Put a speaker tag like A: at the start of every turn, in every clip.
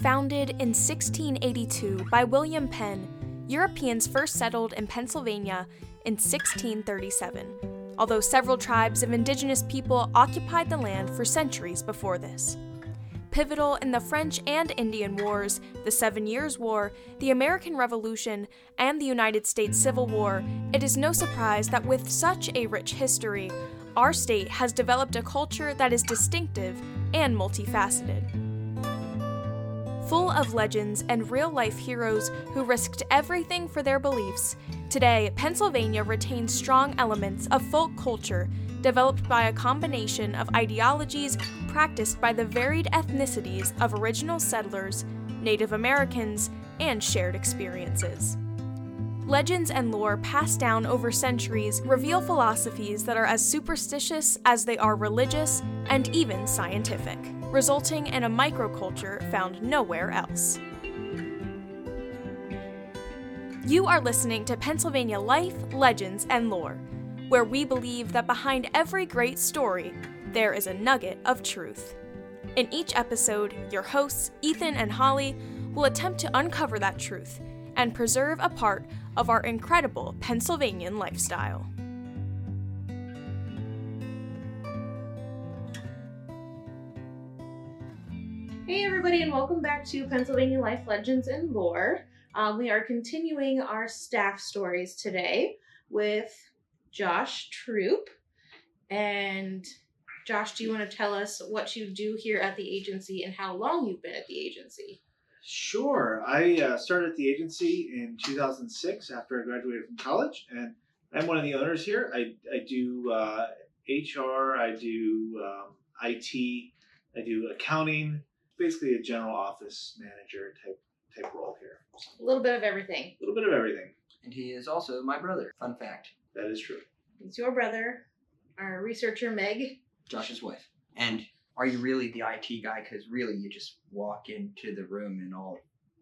A: Founded in 1682 by William Penn, Europeans first settled in Pennsylvania in 1637, although several tribes of indigenous people occupied the land for centuries before this. Pivotal in the French and Indian Wars, the Seven Years' War, the American Revolution, and the United States Civil War, it is no surprise that with such a rich history, our state has developed a culture that is distinctive and multifaceted. Full of legends and real life heroes who risked everything for their beliefs, today Pennsylvania retains strong elements of folk culture developed by a combination of ideologies practiced by the varied ethnicities of original settlers, Native Americans, and shared experiences. Legends and lore passed down over centuries reveal philosophies that are as superstitious as they are religious and even scientific, resulting in a microculture found nowhere else. You are listening to Pennsylvania Life, Legends, and Lore, where we believe that behind every great story, there is a nugget of truth. In each episode, your hosts, Ethan and Holly, will attempt to uncover that truth and preserve a part of our incredible Pennsylvanian lifestyle.
B: Hey, everybody, and welcome back to Pennsylvania Life Legends and Lore. Um, we are continuing our staff stories today with Josh Troop. And Josh, do you want to tell us what you do here at the agency and how long you've been at the agency?
C: Sure. I uh, started at the agency in 2006 after I graduated from college, and I'm one of the owners here. I, I do uh, HR, I do um, IT, I do accounting, basically a general office manager type type role here.
B: A little bit of everything.
C: A little bit of everything.
D: And he is also my brother. Fun fact
C: That is true.
B: It's your brother, our researcher Meg.
D: Josh's wife. And are you really the IT guy? Because really, you just walk into the room and all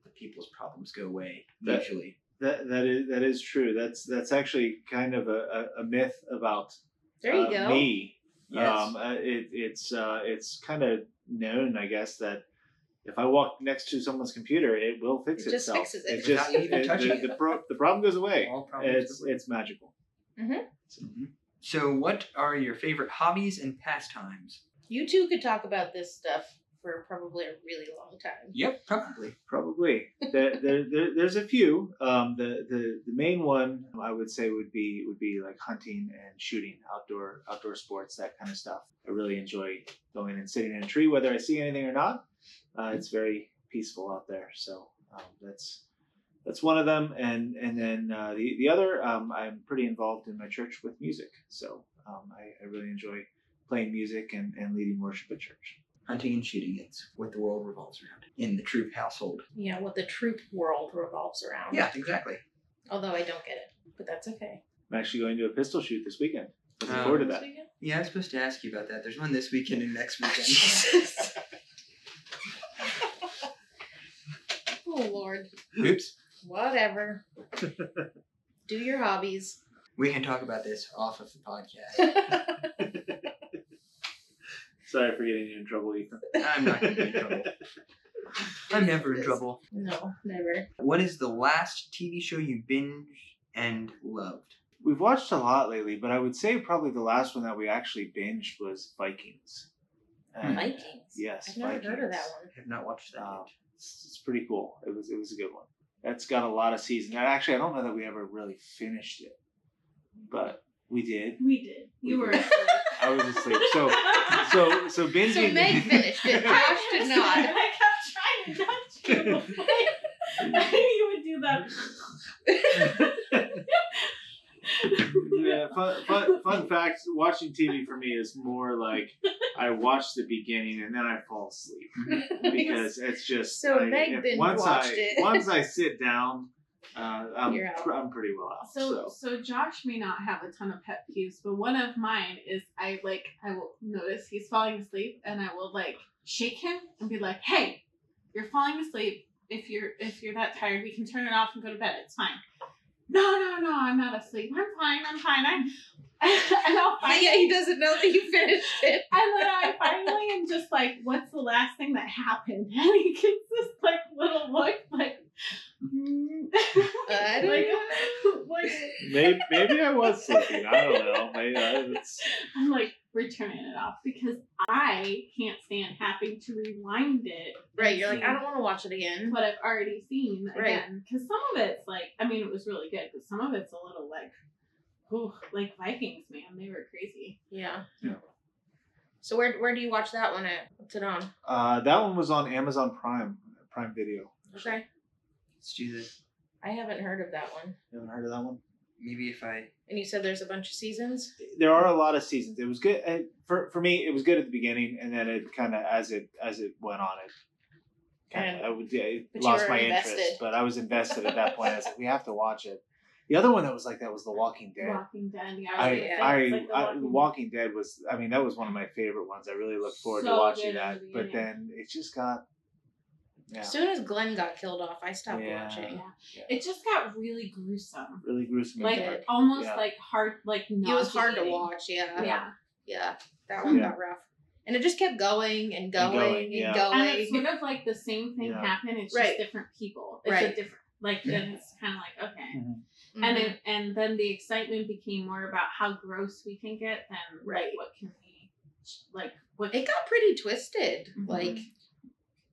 D: the people's problems go away
C: That-
D: mutually.
C: That that is that is true. That's that's actually kind of a, a, a myth about
B: There you
C: uh,
B: go.
C: me
D: Yes.
C: Um, uh, it, it's uh, it's kind of known, I guess, that if I walk next to someone's computer, it will fix
B: It just
C: itself.
B: fixes it.
C: just
D: Without even
C: it-
D: touching
C: the,
D: it.
C: the, pro- the problem goes away.
D: all problems
C: It's
D: go away.
C: it's magical.
D: Mhm. So, what are your favorite hobbies and pastimes?
B: You two could talk about this stuff for probably a really long time.
D: Yep, probably.
C: Probably there, there, there there's a few. Um, the, the the main one I would say would be would be like hunting and shooting, outdoor outdoor sports, that kind of stuff. I really enjoy going and sitting in a tree, whether I see anything or not. Uh, it's very peaceful out there, so um, that's that's one of them. And and then uh, the the other, um, I'm pretty involved in my church with music, so um, I, I really enjoy playing music and, and leading worship at church.
D: Hunting and shooting, it's what the world revolves around in the troop household.
B: You know, what the troop world revolves around.
D: Yeah, exactly.
B: Although I don't get it, but that's okay.
C: I'm actually going to a pistol shoot this weekend. Looking
D: Oh.
C: forward to that.
D: Yeah, I was supposed to ask you about that. There's one this weekend and next weekend.
B: Jesus. oh Lord.
D: Oops.
B: Whatever. Do your hobbies.
D: We can talk about this off of the podcast.
B: That's
C: Sorry for getting you in trouble, Ethan.
D: I'm not going to be in trouble. I'm never in trouble.
B: No, never.
D: What is the last TV show you binge and loved?
C: We've watched a lot lately, but I would say probably the last one that we actually binged was Vikings. And
B: Vikings.
C: Yes,
B: I've never heard of that
C: Vikings.
B: one.
D: I have not watched that
C: Um,
D: yet.
C: it's, it's pretty cool. It was it was a good one. That's got a lot of seasons. And actually, I don't know that we ever really finished it, but we did.
E: We did. You were asleep.
C: I was asleep. So Oh, so so binging.
B: So Meg finished it. Josh did not.
E: I kept trying not to. I knew you would do that.
C: yeah, fun, fun, fun fact: watching TV for me is more like I watch the beginning and then I fall asleep because it's just
B: So
C: I,
B: Meg
C: if-
B: binge
C: once
B: watched
C: I
B: it.
C: once I sit down, uh, I'm
B: You're out.
C: pr- I'm pretty well out. So,
E: So, so Josh may not have a ton of pet peeves, but one of mine is I like I will notice he's falling asleep, and I will like shake him and be like, "Hey, you're falling asleep. If you're if you're that tired, we can turn it off and go to bed. It's fine." No, no, no, I'm not asleep. I'm fine. I'm fine. I'm. and I'll
B: But
E: find
B: yeah, he doesn't know that you finished it.
E: And then I finally am I'm just like, what's the last thing that happened? And he gets this like little look, like, mm.
B: I don't
E: like,
B: know.
E: like,
C: Maybe, maybe I was sleeping. I don't know. Maybe I, it's,
E: I'm like, we're turning it off because I can't stand having to rewind it. and
B: Right, you're like, I
E: see
B: don't want to watch it again.
E: what I've already seen
B: Right.
E: again. Because some of it's like, I mean, it was really good, but some of it's a little like, ooh, like Vikings, man, they were crazy.
B: Yeah.
C: Yeah.
B: So where where do you watch that one at? What's it on?
C: uh, that one was on Amazon Prime, Prime Video.
B: Okay.
D: Let's do this.
B: I haven't heard of that one.
C: You haven't heard of that one?
D: Maybe if I
B: And you said there's a bunch of seasons.
C: There are a lot of seasons. It was good uh, for for me. It was good at the beginning, and then it kind of as it as it went on, it kind
B: And-
C: of I would I
B: but you
C: lost
B: were
C: my
B: invested.
C: interest. But I was invested at that point. I was like, we have to watch it. The other one that was like that was The Walking Dead.
E: Walking Dead. Yeah,
C: I,
E: was gonna say,
C: I,
E: it's like the
C: I, The
E: Dead.
C: Walking Dead was, I mean, that was one of my favorite ones. I really looked forward to
E: So
C: watching
E: good in
C: that,
E: the
C: but
E: beginning.
C: then it just got, yeah,
B: As soon as Glenn got killed off, I stopped
C: Yeah.
B: watching.
E: Yeah. It just got really gruesome.
C: really gruesome. and
E: Like
C: dark.
E: almost
C: Yeah.
E: like hard, like
B: It was hard to
E: nauseating.
B: watch. Yeah.
E: Yeah,
B: Yeah. That one
C: Yeah.
B: got rough. And it just kept going and going and
C: going,
B: going.
C: yeah.
E: and it's sort of like the same thing
C: Yeah.
E: happened. It's
B: Right.
E: just different people. It's a
B: Right.
E: different like then it's kind of like okay,
D: Hmm.
C: Mhm.
E: and
B: Mhm.
E: it, and then the excitement became more about how gross we can get than
B: Right.
E: like what can we like what
B: it got pretty twisted.
E: Mhm.
B: Like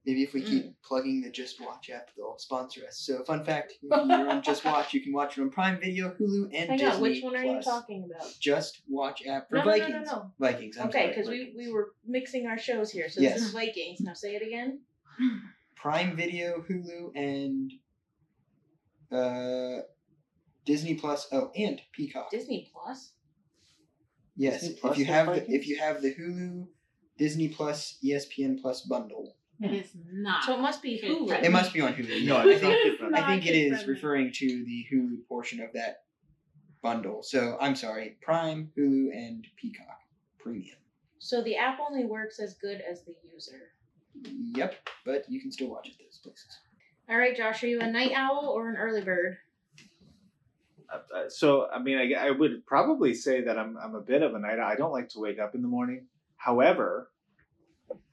D: maybe if we keep
B: Mm.
D: plugging the Just Watch app, they'll sponsor us. So fun fact: if you're on Just Watch, you can watch it on Prime Video, Hulu, and
B: hang
D: Disney
B: on, which one are you
D: Plus.
B: talking about?
D: Just Watch app for
B: No, no, no,
D: Vikings.
B: no, no.
D: Vikings. I'm
B: Okay,
D: sorry,
B: because we,
D: Vikings.
B: we were mixing our shows here. So
D: Yes.
B: this is Vikings. Now say it again.
D: Prime Video, Hulu, and uh, Disney Plus. Oh, and Peacock.
B: Disney Plus.
D: yes,
C: Disney
D: if
C: Plus
D: you
C: has
D: have the, if
C: Vikings?
D: you have the Hulu, Disney Plus, E ESPN Plus bundle,
E: it is not.
B: So it must be
E: Good.
B: Hulu.
D: it must be on Hulu.
C: No,
D: yeah.
C: it's
D: I think,
C: not
E: It's
C: different.
E: not
D: I think it is
E: different.
D: referring to the Hulu portion of that bundle. So I'm sorry, Prime, Hulu, and Peacock Premium.
B: So the app only works as good as the user.
D: Yep, but you can still watch it those places.
B: All right, Josh, are you a night owl or an early bird?
C: Uh, uh, So, I mean, I, I would probably say that I'm, I'm a bit of a night owl. I don't like to wake up in the morning. However,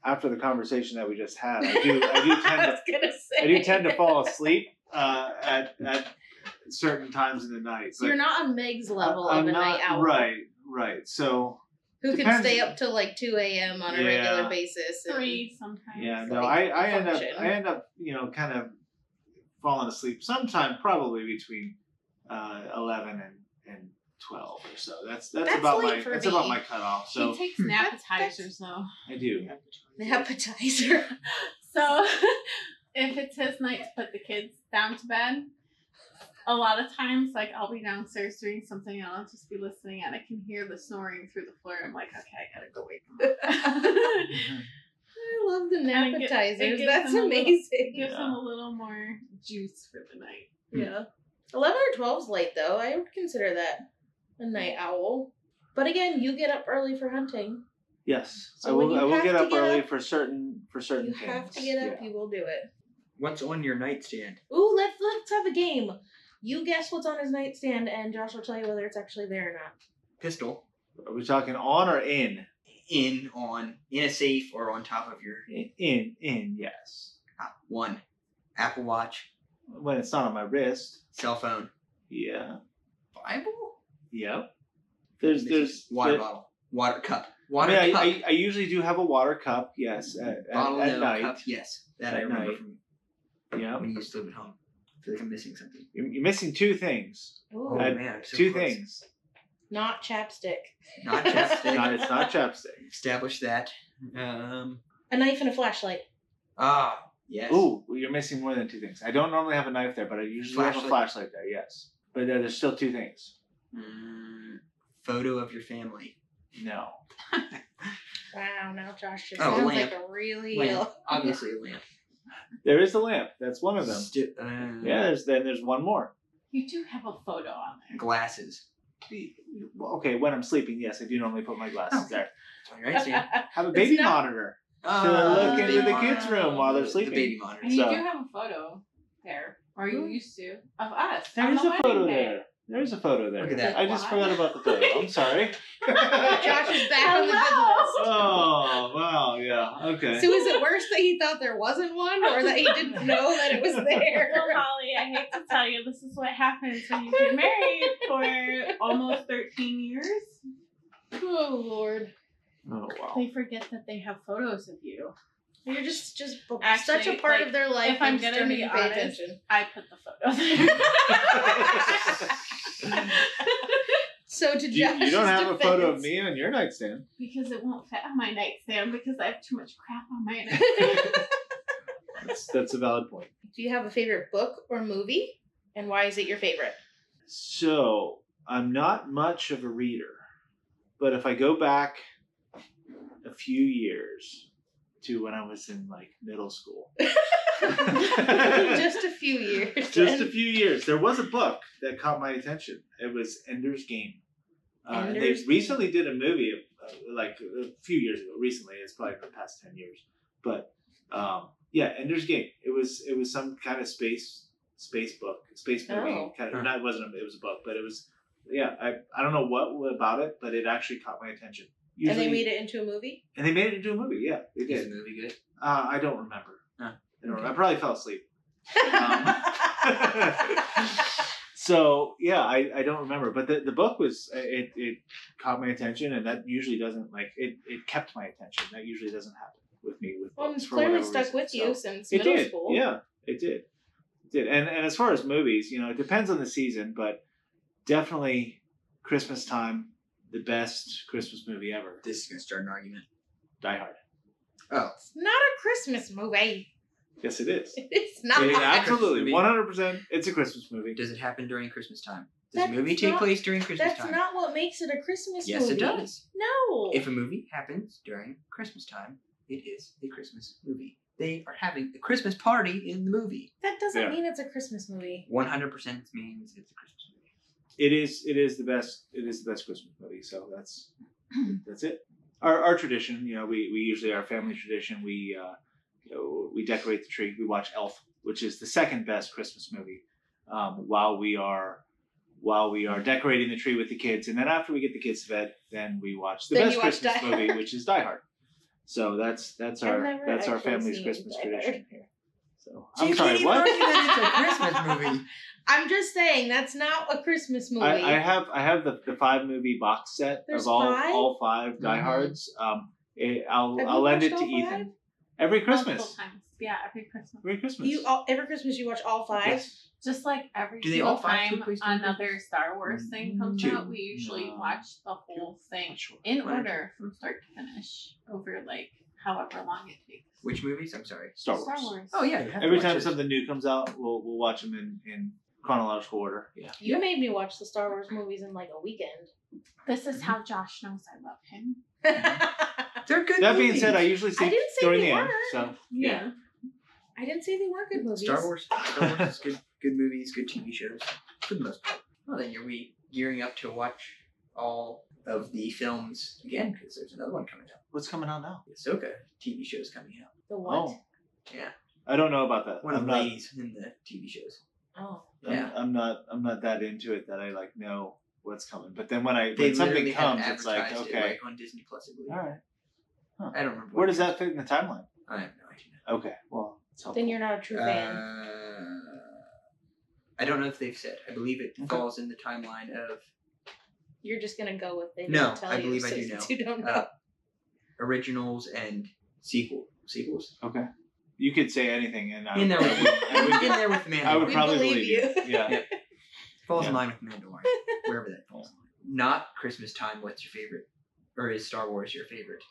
C: after the conversation that we just had, I do, I do tend to
B: was gonna say.
C: I do tend to fall asleep uh, at at certain times in the night.
B: So you're not on Meg's level of
C: I'm
B: a
C: not-
B: night owl,
C: Right, right. So
B: Who can
C: Depends.
B: stay up till like two a.m. on a
C: Yeah.
B: regular basis. and-
E: three sometimes.
C: yeah,
B: It's
C: no, I,
B: like
C: I end up
B: function.
C: I end up you know kind of falling asleep sometime probably between uh, eleven and, and twelve or so. That's that's,
B: That's
C: about
B: late
C: my
B: for
C: that's
B: me.
C: about my cutoff. So
E: she takes
D: Hmm.
E: nap appetizers though.
C: I do.
B: The appetizer.
E: So if it's his night to put the kids down to bed, a lot of times like I'll be downstairs doing something and I'll just be listening and I can hear the snoring through the floor. I'm like, okay, I gotta go wake him up.
D: Mm-hmm.
B: I love the
E: And it get- it
B: appetizers.
E: gives
B: That's
E: them a little-
B: amazing.
E: It gives him a little more juice for the night.
B: Yeah. 11 or 12 is late, though. I would consider that a night owl. But again, you get up early for hunting.
C: Yes,
B: So
C: I
B: when
C: will.
B: you
C: I will
B: have
C: get
B: to
C: up
B: get
C: early
B: up-
C: for certain for certain
B: You
C: things.
B: have to get up,
C: Yeah.
B: you will do it.
D: What's on your nightstand?
B: Ooh, let's let's have a game. You guess what's on his nightstand, and Josh will tell you whether it's actually there or not.
D: Pistol.
C: Are we talking on or in?
D: In on in a safe or on top of your
C: In in yes.
D: ah, one Apple Watch,
C: When it's not on my wrist.
D: cell phone,
C: Yeah.
D: Bible.
C: Yep. There's
D: Missing.
C: there's
D: water
C: there-
D: bottle, water cup,
C: I,
D: water
C: mean, I,
D: cup,
C: I, I usually do have a water cup. Yes, at, at,
D: bottle
C: at
D: no,
C: night.
D: cup. Yes, that I
C: At
D: remember
C: night.
D: from
C: Yeah,
D: when you used to live at home. I feel like I'm missing something.
C: you're, you're missing two things.
B: Ooh.
D: Oh
C: Uh,
D: man, I'm so
C: two
D: close.
C: things.
B: Not chapstick.
D: Not
B: Thing.
C: Not,
D: chapstick.
C: it's not chapstick.
D: Establish that. Um.
B: A knife and a flashlight.
D: Ah. Yes.
C: Ooh, well, you're missing more than two things. I don't normally have a knife there, but I usually have a
D: Flashlight.
C: flashlight there. Yes, but there- there's still two things.
D: Mm, photo of your family.
C: No.
B: Wow, now Josh just
D: Oh,
B: sounds
D: lamp.
B: like a really
D: Lamp. Obviously a lamp.
C: There is a lamp. That's one of them.
D: Sti- uh,
C: Yeah. There's then there's one more.
E: You do have a photo on there.
D: Glasses.
C: Well, Okay, when I'm sleeping, yes, I do normally put my glasses there.
D: All right, Sam.
C: Have a baby
B: not-
C: monitor.
D: Uh,
C: look
D: the
E: into
D: baby
E: the
D: monitor.
E: kids' room while
C: they're
D: The
C: sleeping.
D: baby monitor.
E: And you
C: So-
E: do have a photo there, or you
B: Hmm.
E: used to, of us.
C: There
E: on
C: is
E: the
C: a photo
E: wedding day.
C: there. There is a photo there.
D: Look at that.
C: I just forgot about the photo. I'm sorry.
B: Josh is back on the good
E: Hello.
B: list.
C: Oh wow, yeah. wow. Okay.
B: So is it worse that he thought there wasn't one or that he didn't know that it was
E: Well,
B: there?
E: Holly, I hate to tell you, this is what happens when you get married for almost 13 years.
B: Oh lord.
C: oh wow.
E: They forget that they have photos of you.
B: You're just just b-
E: Actually,
B: such a part
E: like,
B: of their life.
E: if I'm
B: just
E: gonna
B: don't
E: be
B: even
E: honest- I put the photo there.
B: So to
C: You,
B: Josh's
C: you don't have a photo of
B: defense-
C: me on your nightstand.
E: because it won't fit on my nightstand because I have too much crap on my nightstand.
C: That's, that's a valid point.
B: Do you have a favorite book or movie? And why is it your favorite?
C: So I'm not much of a reader, but if I go back a few years to when I was in like middle school,
B: just a few years.
C: just a few years, there was a book that caught my attention. It was Ender's Game. Uh, and they
B: Ender's Game.
C: recently did a movie, uh, like a few years ago. Recently, it's probably been the past ten years, but um, yeah, Ender's Game. It was it was some kind of space space book, space movie.
B: Oh.
C: Kind
D: Huh.
C: of, not it wasn't. a- It was a book, but it was yeah. I I don't know what about it, but it actually caught my attention.
B: and they
C: Usually-
B: made it into a movie.
C: and they made it into a movie. Yeah, they
D: Is the
C: did.
D: movie good?
C: Uh, I don't remember.
D: Huh.
C: I don't
D: Okay.
C: remember. I probably fell asleep.
D: Um,
C: so yeah I, I don't remember but the, the book was uh, it, it caught my attention and that usually doesn't like it, it kept my attention that usually doesn't happen with me with
B: well,
C: books
B: it's
C: for
B: clearly
C: whatever
B: stuck
C: reason.
B: with
C: So-
B: you since
C: it
B: middle
C: did
B: school.
C: yeah it did it did and, and as far as movies you know it depends on the season but definitely christmas time the best christmas movie ever
D: This is gonna start an argument.
C: die hard
D: Oh,
B: It's not a Christmas movie.
C: yes it is
B: It's not.
C: it is absolutely
D: movie.
C: 100% it's a christmas movie
D: does it happen during Christmas time? Does
B: That's
D: the movie take
B: not-
D: place during Christmas
B: That's
D: time?
B: not what makes it a Christmas
D: yes,
B: movie.
D: it does.
B: No.
D: If a movie happens during Christmas time, it is a Christmas movie. They are having a Christmas party in the movie.
B: that doesn't
C: Yeah.
B: mean it's a Christmas movie.
D: One hundred percent means it's a Christmas movie.
C: it is it is the best it is the best Christmas movie. So that's that's it. Our our tradition, you know, we we usually our family tradition we uh, you know, we decorate the tree. We watch Elf, which is the second best Christmas movie, um, while we are while we are decorating the tree with the kids, and then after we get the kids to bed, then we watch the
B: Then
C: best
B: you watch
C: Christmas
B: Die
C: movie,
B: Hard.
C: which is Die Hard. So that's that's our
B: I've never
C: that's our
B: actually
C: family's
B: seen
C: Christmas
B: Die Hard.
C: tradition here. So
D: So
C: I'm
D: you can't
C: sorry,
D: even
C: what?
D: argue that it's a Christmas movie.
B: I'm just saying that's not a Christmas movie.
C: I, I have I have the, the five movie box set
B: There's
C: of all
B: five?
C: all five Die
D: Mhm.
C: Hards. Um, it, I'll
B: Have you
C: I'll lend it
B: watched
C: to
B: all
C: Ethan
B: five?
C: every
E: Multiple
C: Christmas.
E: times. Yeah, every Christmas.
C: Every Christmas.
B: you all, every Christmas you watch all five.
C: Yes.
E: Just like every
D: Do they
E: single
D: all find
E: time
D: two places in
E: another
D: Christmas?
E: Star Wars thing comes
D: Two.
E: out, we usually
C: No.
E: watch the whole thing
C: Not sure.
E: in
D: Right.
E: order from start to finish over like however long it takes.
D: Which movies? I'm sorry.
C: Star Wars.
D: Oh yeah. you have to
C: Every
D: watch
C: time
D: those.
C: something new comes out, we'll we'll watch them in, in chronological order. Yeah.
B: You made me watch the Star Wars movies in like a weekend.
E: This
D: Mhm.
E: is how Josh knows I love him.
B: I
D: They're good.
C: That being
D: movies.
C: said, I usually sleep
B: didn't say
C: during
B: they
C: the end.
B: weren't.
C: So
B: didn't say they weren't good movies.
D: Star Wars. Star Wars is good. Good movies. Good TV shows. For the most part. Well, then you're we gearing up to watch all of the films again because there's another one coming out.
C: what's coming out now?
D: The Ahsoka TV show's coming out.
B: The what?
C: Oh,
D: Yeah.
C: I don't know about that.
D: One
C: I'm
D: of the
C: not.
D: ladies in the TV shows.
B: Oh.
C: I'm,
D: Yeah.
C: I'm not. I'm not that into it that I like know what's coming. But then when I
D: They
C: when something
D: literally have
C: comes, it's like
D: advertised it,
C: okay,
D: like, on Disney Plus, I believe.
C: all right.
D: I don't remember.
C: Where
D: what
C: does
D: it
C: that fit in the timeline?
D: was. I have no idea.
C: Okay. Well, it's helpful.
B: Then you're not a true fan.
D: Uh, I don't know if they've said. I believe it
C: Okay.
D: falls in the timeline of
B: You're just gonna go with they
D: No,
B: didn't tell
D: I
B: you
D: believe I do
B: since
D: know.
B: you don't know.
D: uh, originals and sequel sequels.
C: Okay. You could say anything, and I
D: In
C: would,
D: there
C: probably,
D: with
C: I would,
D: in there with Mandalorian.
C: I would
B: We
C: probably
B: believe
C: believe,
B: you.
C: you. Yeah.
D: falls in
C: Yeah.
D: line with Mandalorian, wherever that falls. in line. Not Christmas time. What's your favorite? Or is Star Wars your favorite?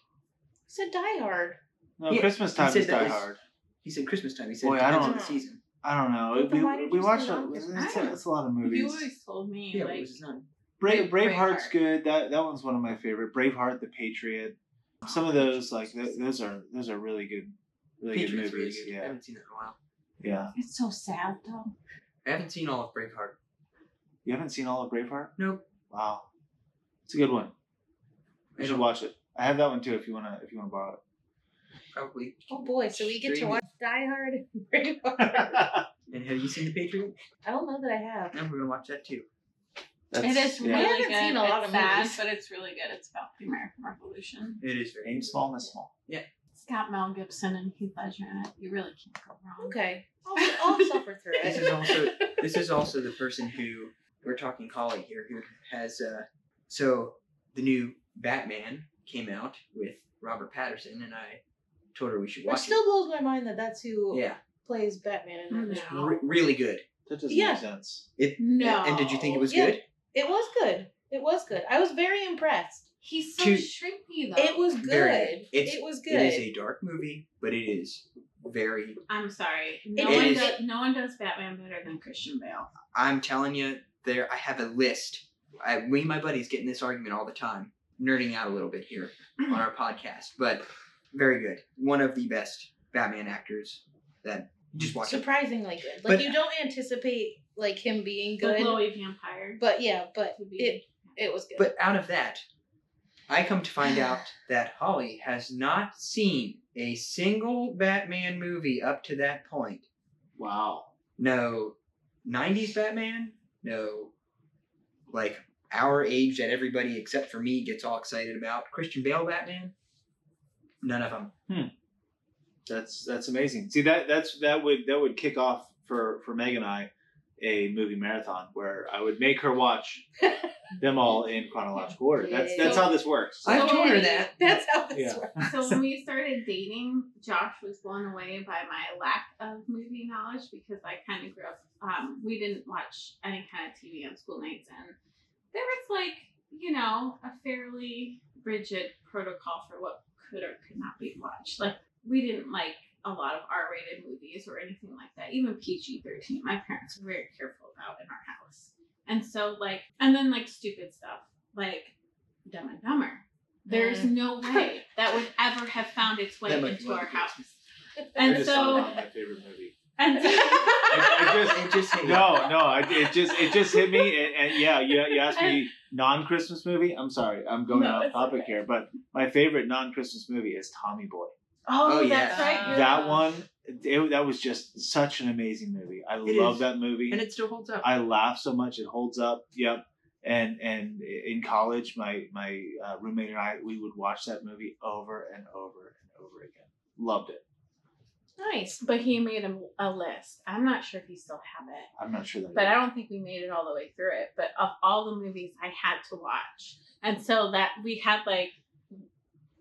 B: said Die Hard.
C: No,
D: Yeah,
C: Christmas
D: he
C: time
D: said
C: is
D: that
C: Die
D: was-
C: Hard.
D: He said Christmas time. He said
C: Boy,
D: it
C: I
D: depends
B: don't-
D: on the season.
C: I don't know.
B: But then why
C: We,
B: did
C: we
B: you
C: watched
B: say
C: a,
B: not Christmas?
C: it's, a, it's a lot of
E: You
C: movies.
E: always told me
D: Yeah, what
E: like
D: was his name?
C: Brave,
E: Brave-
C: Braveheart's
E: Braveheart.
C: good. That that one's one of my favorite. Braveheart, The Patriot. Some of those, like th- those, are those are really good, really
D: Patriots
C: good
D: really
C: movies.
D: good. I
C: Yeah,
D: haven't seen that in a while.
C: yeah.
E: it's so sad though.
D: I haven't seen all of Braveheart.
C: You haven't seen all of Braveheart?
D: Nope.
C: Wow, it's a good one.
D: I
C: You should
D: don't-
C: watch it. I have that one too. If you wanna, if you wanna borrow
D: Probably.
B: Oh boy, so we get to
D: Streaming.
B: watch Die Hard and Brave Heart.
C: it.
D: And have you seen the Patriot?
B: I don't know that I have.
D: No, we're gonna watch that too.
E: It
C: That's-
E: is
C: yeah.
B: I
E: really
B: haven't
E: good.
B: seen a lot
E: It's
B: of
E: sad,
B: movies.
E: but it's really good. It's about the American Revolution.
D: It is very
C: Aim small, miss small.
E: got Mel Gibson and Heath Ledger in it. You really can't go wrong.
B: Okay. I'll, I'll suffer through
D: This is
B: it.
D: also this is also the person who we're talking Holly here, who has uh so the new Batman came out with Robert Patterson, and I told her we should
B: It
D: watch
B: still blows my mind that that's
D: it.
B: who
D: Yeah, Mm-hmm.
B: plays Batman in that movie.
E: No.
D: re- really good.
C: That doesn't
B: Yeah.
C: make sense.
D: It,
E: No.
D: And did you think it was
B: Yeah.
D: good?
B: It was good. It was good. I was very impressed.
E: He's so
D: Two-
E: shrinky though.
B: It was good.
D: Very good. It's-
B: it was
D: It
B: good.
D: is a dark movie, but it is very.
E: I'm sorry. No
B: It
E: one
D: is-
E: does. No one does Batman better than Christian Bale.
D: I'm telling you, there. I have a list. I, we and my buddies get in this argument all the time, nerding out a little bit here on our podcast, but very good. One of the best Batman actors that just watch it.
B: Surprisingly good. Like
D: But-
B: you don't anticipate like him being
E: The
B: good.
E: glowy vampire.
B: But yeah, but
E: would be-
B: it it was good.
D: But out of that, I come to find out that Holly has not seen a single Batman movie up to that point.
C: Wow.
D: No 90s Batman, no like our age that everybody except for me gets all excited about. Christian Bale Batman, none of them.
C: That's that's amazing. See that that's that would that would kick off for for Meg and I a movie marathon where I would make her watch them all in chronological order. That's that's how this works.
E: I-
D: I've told her
E: Totally.
D: that.
B: That's how this
C: Yeah.
B: works.
E: so when we started dating, Josh was blown away by my lack of movie knowledge because I kind of grew up. Um, we didn't watch any kind of TV on school nights, and there was like you know a fairly rigid protocol for what could or could not be watched. Like we didn't like a lot of R-rated movies or anything like that, even PG-13. My parents were very careful about in our house, and so like and then like stupid stuff like Dumb and Dumber. There's no way that would ever have found its way
D: That might
E: into
D: be
E: our
D: what it
E: house.
D: is.
C: I
E: And
C: just thought
E: so,
C: about my favorite movie.
E: and so,
C: I, I just
D: It just hit me.
C: no, no, I, it just it just hit me, and, and yeah, you, you asked me non Christmas movie. I'm sorry, I'm going
E: No,
C: off
E: it's
C: topic
E: okay.
C: here, but my favorite non Christmas movie is Tommy Boy.
E: oh,
D: Oh,
E: that's
B: yeah.
E: right. you're
C: That
E: right.
C: one, it, that was just such an amazing movie. I
D: It
C: love
D: is.
C: that movie.
D: And it still holds up.
C: I laugh so much it holds up. Yep. And and in college, my my uh, roommate and I we would watch that movie over and over and over again. Loved it.
B: Nice.
E: But he made a, a list. I'm not sure if he still have it,
C: I'm not sure that.
E: but I don't think we made it all the way through it. But of all the movies I had to watch, and so that we had like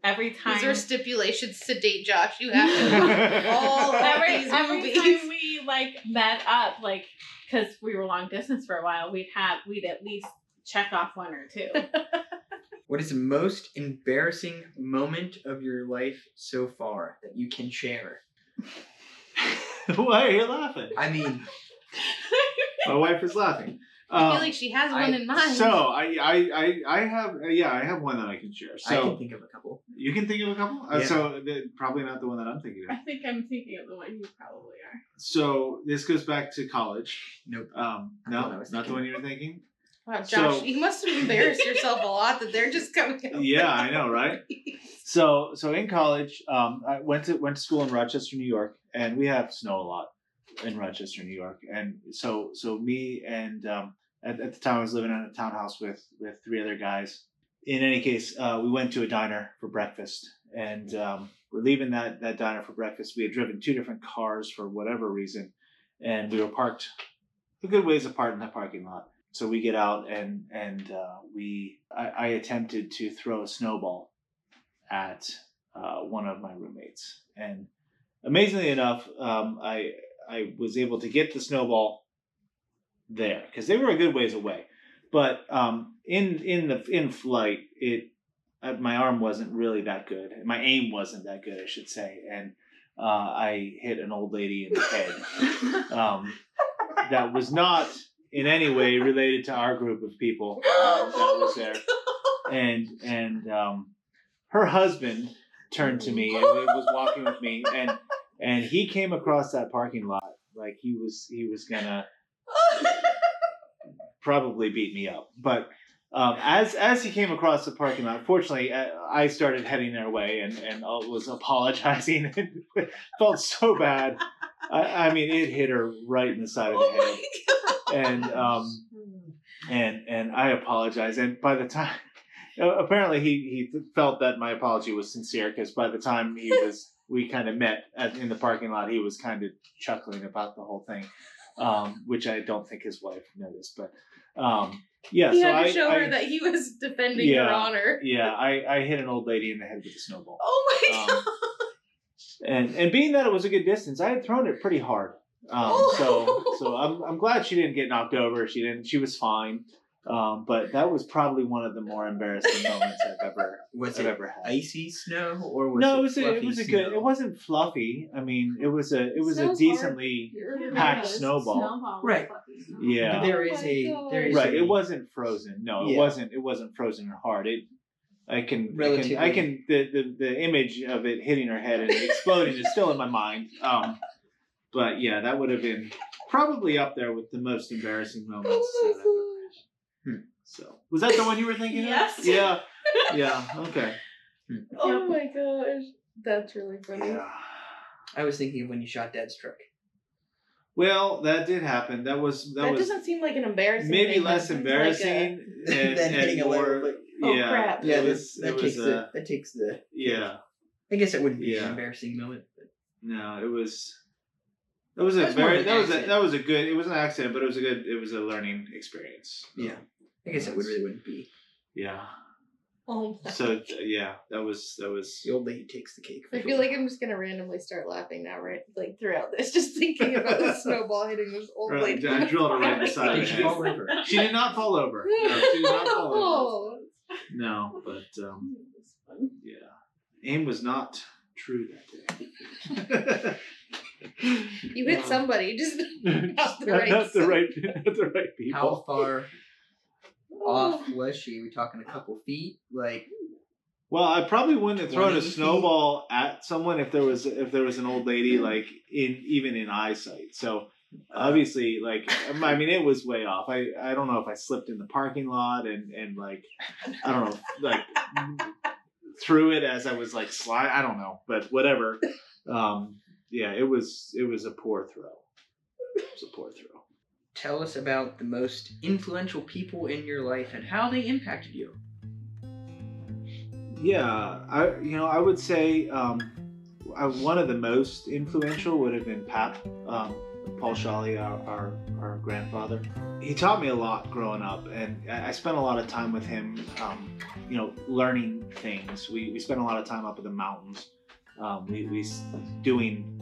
E: every time.
F: These are stipulations to date Josh. You have to. all of
E: every,
F: these
E: every
F: movies.
E: time we like met up, like because we were long distance for a while, we'd have we'd at least check off one or two.
D: What is the most embarrassing moment of your life so far that you can share?
C: Why are you laughing?
D: I mean,
C: My wife is laughing.
F: I
C: Um,
F: feel like she has one
D: I-
F: in mind.
C: so I, I I I have uh, yeah I have one that I can share. So
D: I can think of a couple.
C: you can think of a couple. Uh,
D: Yeah.
C: so the, probably not the one that I'm thinking of.
E: I think I'm thinking of the one you probably are.
C: So this goes back to college.
D: Nope.
C: Um,
D: I thought I
C: no,
D: was
C: not the
D: thinking-
C: one you were thinking.
F: Wow, Josh,
C: So-
F: you must have embarrassed yourself a lot that they're just coming up.
C: yeah, I know, right? So, so in college, um, I went to went to school in Rochester, New York, and we have snow a lot in Rochester, New York. And so, so me and um, at, at the time I was living in a townhouse with with three other guys. In any case, uh, we went to a diner for breakfast, and um, we're leaving that that diner for breakfast. We had driven two different cars for whatever reason, and we were parked a good ways apart in the parking lot so we get out and and uh, we I, I attempted to throw a snowball at uh, one of my roommates and amazingly enough um, I I was able to get the snowball there because they were a good ways away but um, in in the in flight it uh, my arm wasn't really that good my aim wasn't that good I should say and uh, I hit an old lady in the head um, that was not in any way related to our group of people um, that was there. And and um, her husband turned to me and was walking with me, and and he came across that parking lot like he was he was gonna probably beat me up. But um, as as he came across the parking lot, fortunately, I I started heading their way and and I was apologizing and felt so bad. I, I mean, it hit her right in the side of the head and um and and I apologize. And by the time apparently he he felt that my apology was sincere because by the time he was we kind of met at, in the parking lot, he was kind of chuckling about the whole thing, um, which I don't think his wife noticed. But um, yeah,
F: he
C: so
F: had to
C: I,
F: show
C: I
F: her that he was defending her
C: Yeah.
F: honor.
C: yeah, I, I hit an old lady in the head with a snowball.
F: Oh my god!
C: Um, and and being that it was a good distance, I had thrown it pretty hard. Um, so
F: Oh.
C: so I'm I'm glad she didn't get knocked over. She didn't. She was fine. Um, but that was probably one of the more embarrassing moments I've ever
D: Was
C: I've
D: it
C: ever had.
D: icy snow or was
C: no,
D: it
C: it was a, it
D: fluffy
C: was a
D: snow?
C: good. It wasn't fluffy. I mean, it was a it was
B: Snow's hard.
C: a decently packed snowball.
E: snowball with
D: Right.
E: fluffy snow.
D: But
C: yeah
D: there
B: Oh
D: is
B: my
D: a
B: God.
D: there is
C: right.
D: a-
C: It wasn't frozen. No, it
D: Yeah.
C: wasn't. It wasn't frozen or hard. It. I can, I can, I
D: Relatively.
C: can. The, the the image of it hitting her head and exploding is still in my mind. Um, but yeah, that would have been probably up there with the most embarrassing moments. that I've ever had. Hmm. So was that the one you were thinking
F: Yes.
C: of? Yeah. Yeah. Okay.
F: Oh my gosh, that's really funny.
C: Yeah.
D: I was thinking of when you shot Dad's truck.
C: Well, that did happen. That was that,
B: That,
C: was
B: doesn't seem like an embarrassing.
C: maybe
B: thing.
C: less
B: It's like a-
C: embarrassing and,
D: than
C: and
D: hitting a
C: more.
D: letter, but-
B: Oh,
C: yeah.
B: crap.
C: It was.
D: that,
C: It was.
D: takes
C: Uh,
D: the, that takes the.
C: yeah.
D: I guess it wouldn't be an
C: Yeah.
D: embarrassing moment. But
C: No, it was. That was a
D: That was more
C: very
D: of an
C: that was a,
D: accident.
C: that was a good it was an accident, but it was a good it was a learning experience.
D: yeah, I guess it would really wouldn't be.
C: Yeah.
F: Oh my.
C: So th- yeah, that was that was
D: The old lady takes the cake. for
F: I feel
D: sure.
F: like I'm just gonna randomly start laughing now, right? Like throughout this, just thinking about the snowball hitting this old
C: right,
F: lady.
C: I drilled her right in the side of the
D: Did she
C: head.
D: fall over?
C: She did not fall over. No, she did not fall over.
F: Oh.
C: No, but um,
E: It's fun.
C: yeah, aim was not true that day.
F: You hit
C: Um,
F: somebody. Just
C: not,
F: the right
C: not the
F: side.
C: right, not the right
D: How
C: people.
D: far off was she? Are we talking a couple feet? Like
C: Well, I probably wouldn't have thrown a
D: 180 feet.
C: snowball at someone if there was if there was an old lady like in even in eyesight. So obviously, like I mean, it was way off. I I don't know if I slipped in the parking lot and and like I don't know like threw it as I was like slide. I don't know, but whatever. Um, yeah, it was it was a poor throw. It was a poor throw.
D: tell us about the most influential people in your life and how they impacted you.
C: Yeah, I you know I would say um, I, one of the most influential would have been Pap, um, Paul Shawley, our, our our grandfather. He taught me a lot growing up, and I I spent a lot of time with him. Um, you know, learning things. We we spent a lot of time up in the mountains. Um, we we s- doing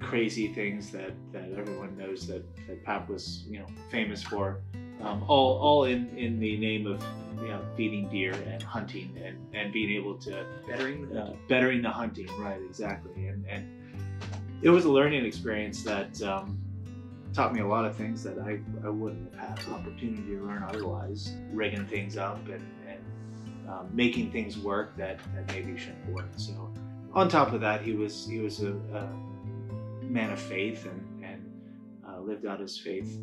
C: crazy things that that everyone knows that that Pap was you know famous for. Um, all all in in the name of you know, feeding deer and hunting and, and being able to
D: Bettering the
C: uh, bettering the hunting right exactly and, and it was a learning experience that um, taught me a lot of things that I, I wouldn't have had the opportunity to learn otherwise rigging things up and, and um, making things work that, that maybe shouldn't work so on top of that he was he was a, a man of faith and, and uh, lived out his faith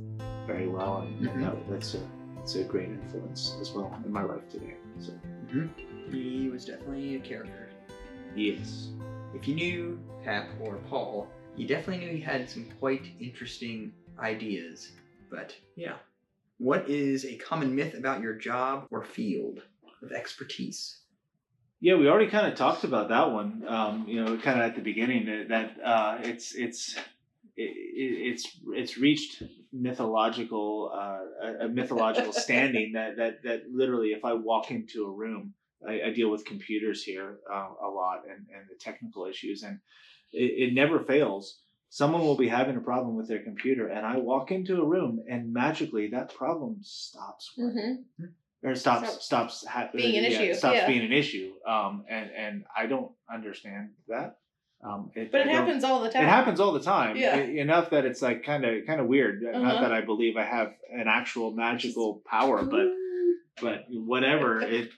C: very well and, and that, that's a it's a great influence as well in my life today so Mm-hmm.
D: He was definitely a character.
C: yes
D: If you knew Pap or Paul, you definitely knew he had some quite interesting ideas. But yeah. What is a common myth about your job or field of expertise?
C: Yeah, we already kind of talked about that one. Um, you know, kind of at the beginning uh, that uh, it's it's it, it- it's it's reached mythological uh, a- a mythological standing that that that literally, if I walk into a room, I, I deal with computers here uh, a lot and and the technical issues, and it, it never fails. Someone will be having a problem with their computer, and I walk into a room, and magically that problem stops working
D: Mm-hmm.
F: Mhm.
C: or stops
F: Stop-
C: stops ha-
F: Being an issue,
C: Stops
F: yeah.
C: being an issue. Um, and and I don't understand that. Um,
F: But
C: I
F: it
C: don't-
F: happens all the
C: It
F: time.
C: happens all the time.
F: Yeah.
C: E- enough that it's like kind of kind of weird.
F: Uh-huh.
C: Not that I believe I have an actual magical power, but but whatever it.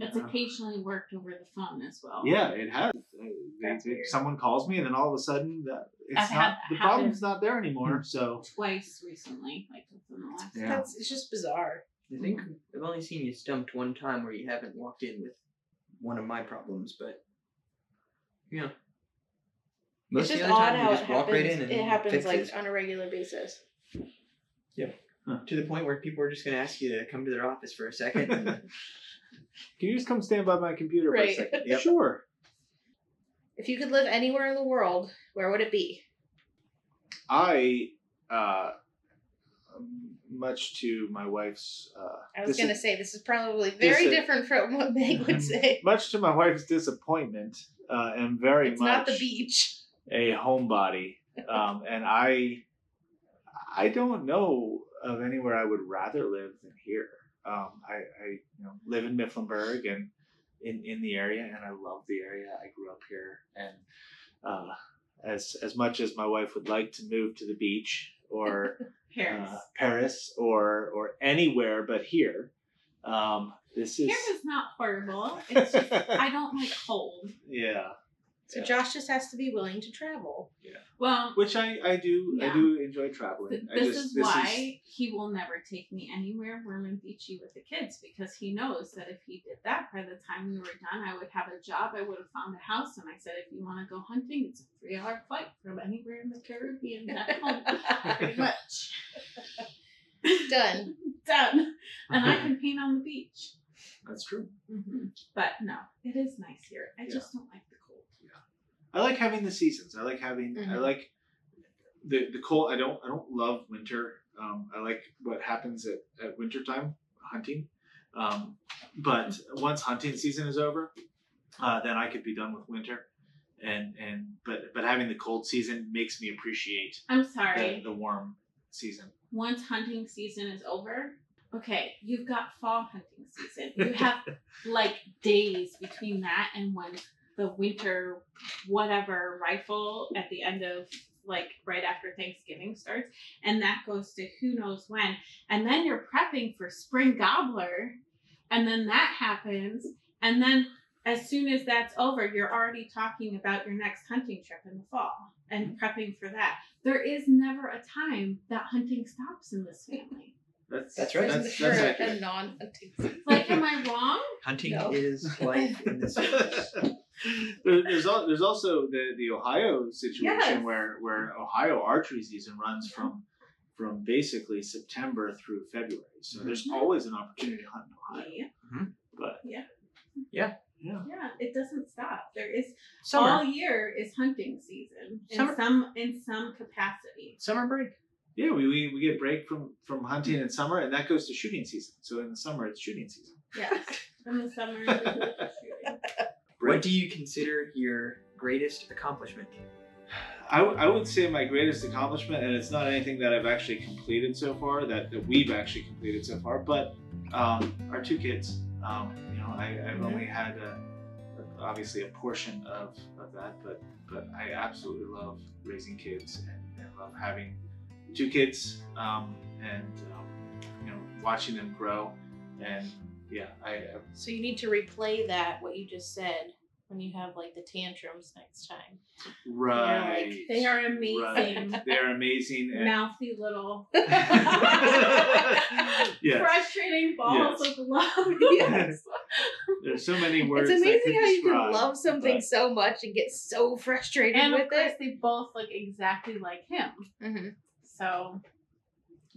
E: It's occasionally worked over the phone as well.
C: Yeah, it has. Uh,
F: That's
C: they- they-
F: weird.
C: someone calls me, and then all of a sudden, that it's
E: I've had
C: not
E: that
C: the
E: happen.
C: problem's not there
F: Hmm.
C: anymore. So
E: Twice recently, like within the last.
C: Yeah.
F: That's it's just bizarre.
D: I think I've only seen you stumped one time where you haven't walked in with one of my problems, but yeah. Most
F: it's
D: of
F: just
D: the other
F: odd
D: time
F: how
D: you
F: it
D: just walk
F: happens.
D: right in and
F: it happens
D: fix
F: like uh,
D: it.
F: on a regular basis.
D: to the point where people are just going to ask you to come to their office for a second.
C: can you just come stand by my computer
F: Right.
C: for a second?
D: Yep.
C: Sure.
B: If you could live anywhere in the world, where would it be?
C: I, uh, much to my wife's, uh,
B: I was
C: disa-
B: going to say this is probably very
C: disa-
B: different from what Meg would say.
C: much to my wife's disappointment, uh, am very
B: It's
C: much
B: not the beach.
C: a homebody, um, and I, I don't know of anywhere I would rather live than here. Um, I, I you know, live in Mifflinburg and in, in the area, and I love the area. I grew up here, and uh, as as much as my wife would like to move to the beach or
E: Paris.
C: uh, Paris or or anywhere but here, um, this is
E: Paris is not horrible. It's just, I don't like cold.
C: yeah,
B: So
C: Yeah.
B: Josh just has to be willing to travel.
E: Well,
C: which I I do I
E: Yeah.
C: do enjoy traveling.
E: Th-
C: I
E: this
C: just
E: is why he will never take me anywhere warm and beachy with the kids because he knows that if he did that by the time we were done, I would have a job, I would have found a house, and I said, if you want to go hunting, it's a three-hour flight from anywhere in the Caribbean back home. Pretty much
B: Done.
E: done, and I can paint on the beach.
C: that's true.
E: Mhm. But no, it is nice here. I just don't like the cold.
C: I like having the seasons. I like having.
E: Mm-hmm.
C: I
B: Mhm.
C: like the the cold. I don't. I don't love winter. Um, I like what happens at at winter time hunting. Um, but once hunting season is over, uh, then I could be done with winter. And and but but having the cold season makes me appreciate
E: I'm
C: the,
E: sorry.
C: the warm season.
E: once hunting season is over, okay, you've got fall hunting season. You have like days between that and when the winter whatever rifle at the end of like right after Thanksgiving starts, and that goes to who knows when. And then you're prepping for spring gobbler, and then that happens, and then as soon as that's over, you're already talking about your next hunting trip in the fall and prepping for that. There is never a time that hunting stops in this family.
C: That's
D: That's right.
C: That's,
B: for
C: that's
B: a
C: accurate.
B: non-hunting
E: Like, am I wrong?
D: Hunting
B: No.
D: is life in this house.
C: There- there's al- there's also the the Ohio situation
E: Yes.
C: where where Ohio archery season runs from from basically September through February. So there's
E: Mhm.
C: always an opportunity to hunt in Ohio.
E: Yeah.
C: But
E: Yeah.
D: Yeah.
C: yeah,
E: yeah, it doesn't stop. There is all
D: Summer.
E: year is hunting season in
D: Summer.
E: some in some capacity.
D: Summer break.
C: yeah. We, we we get break from from hunting in summer, and that goes to shooting season. So in the summer, it's shooting season.
E: Yes, in the summer. it is really true.
D: What do you consider your greatest accomplishment?
C: I, w- I would say my greatest accomplishment, and it's not anything that I've actually completed so far, that, that we've actually completed so far, but um, our two kids. Um, you know, I, I've only had a, obviously a portion of, of that, but but I absolutely love raising kids and, and love having two kids um, and um, you know watching them grow and yeah, I, I
F: So you need to replay that what you just said when you have like the tantrums next time.
C: right.
E: They are amazing,
C: Right. They're amazing and
E: mouthy little,
C: Yes.
E: frustrating balls
C: Yes.
E: of love.
C: Yes. There's so many words.
F: it's
C: that could
F: amazing how you can
C: describe,
F: love something
C: but-
F: so much and get so frustrated
E: and of
F: with
E: course,
F: it.
E: they both look exactly like him.
F: Mm-hmm.
E: So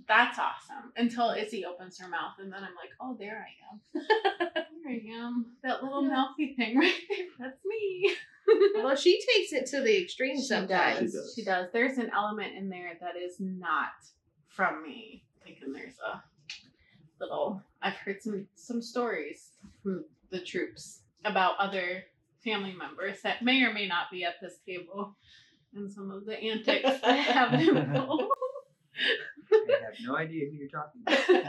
E: that's awesome. Until Izzy opens her mouth, and then I'm like, oh, there I am. there I am. That little
F: Yeah.
E: mouthy thing right there. That's me.
F: Although she takes it to the extreme sometimes.
C: She does.
E: She does. There's an element in there that is not from me. Like, and there's a little. I've heard some some stories from the troops about other family members that may or may not be at this table, and some of the antics that have involved.
D: I have no idea who you're talking about.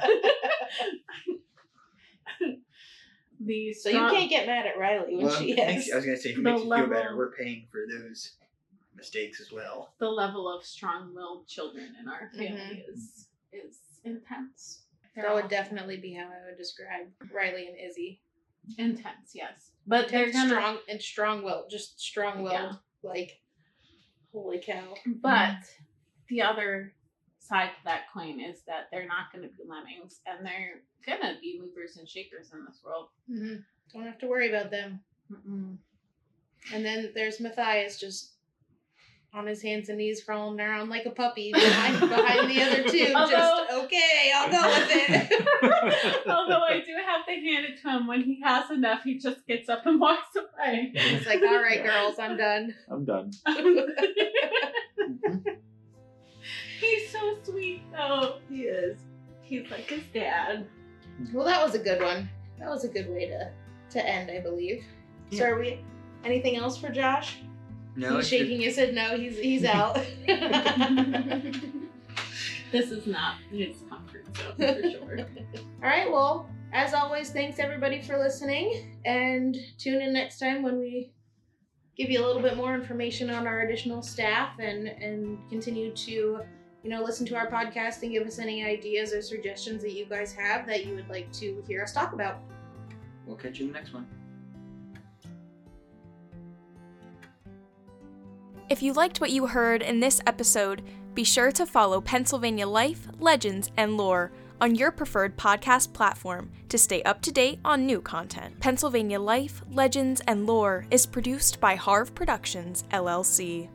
E: the
F: So you
E: strong-
F: can't get mad at Riley when
D: Well,
F: she
D: it makes-
F: is.
D: I was gonna say, if it
E: The
D: makes you feel better,
E: level-
D: we're paying for those mistakes as well.
E: the level of strong-willed children in our family is is intense. They're
F: Mm-hmm. That would
E: all
F: definitely be how I would describe Riley and Izzy.
E: intense, yes. But they're
F: And
E: gonna.
F: strong and strong willed, just strong willed.
E: Yeah.
F: Like, holy cow!
E: But the other side to that coin is that they're not going to be lemmings, and they're gonna be movers and shakers in this world.
B: Mm-hmm.
F: hmm Don't have to worry about them.
E: Mm-mm.
F: And then there's Matthias just
B: on his hands and knees crawling around like a puppy behind, behind the other two. just okay, I'll go with it.
E: Although I do have to hand it to him when he has enough, he just gets up and walks away.
B: It's like, all right, girls, I'm done.
G: I'm done.
E: He's so sweet though. He is. He's like his dad.
B: Well, that was a good one. That was a good way to to end, I believe. So,
D: Yeah.
B: are we? Anything else for Josh?
D: No,
B: he's
D: it's just-
B: shaking his head. No, he's he's out.
E: This is not his comfort zone for sure.
B: All right, well, as always, thanks everybody for listening and tune in next time when we give you a little bit more information on our additional staff and and continue to you know listen to our podcast and give us any ideas or suggestions that you guys have that you would like to hear us talk about.
D: we'll catch you in the next one.
A: If you liked what you heard in this episode, be sure to follow Pennsylvania Life, Legends, and Lore on your preferred podcast platform to stay up to date on new content. Pennsylvania Life, Legends, and Lore is produced by Harv Productions, LLC.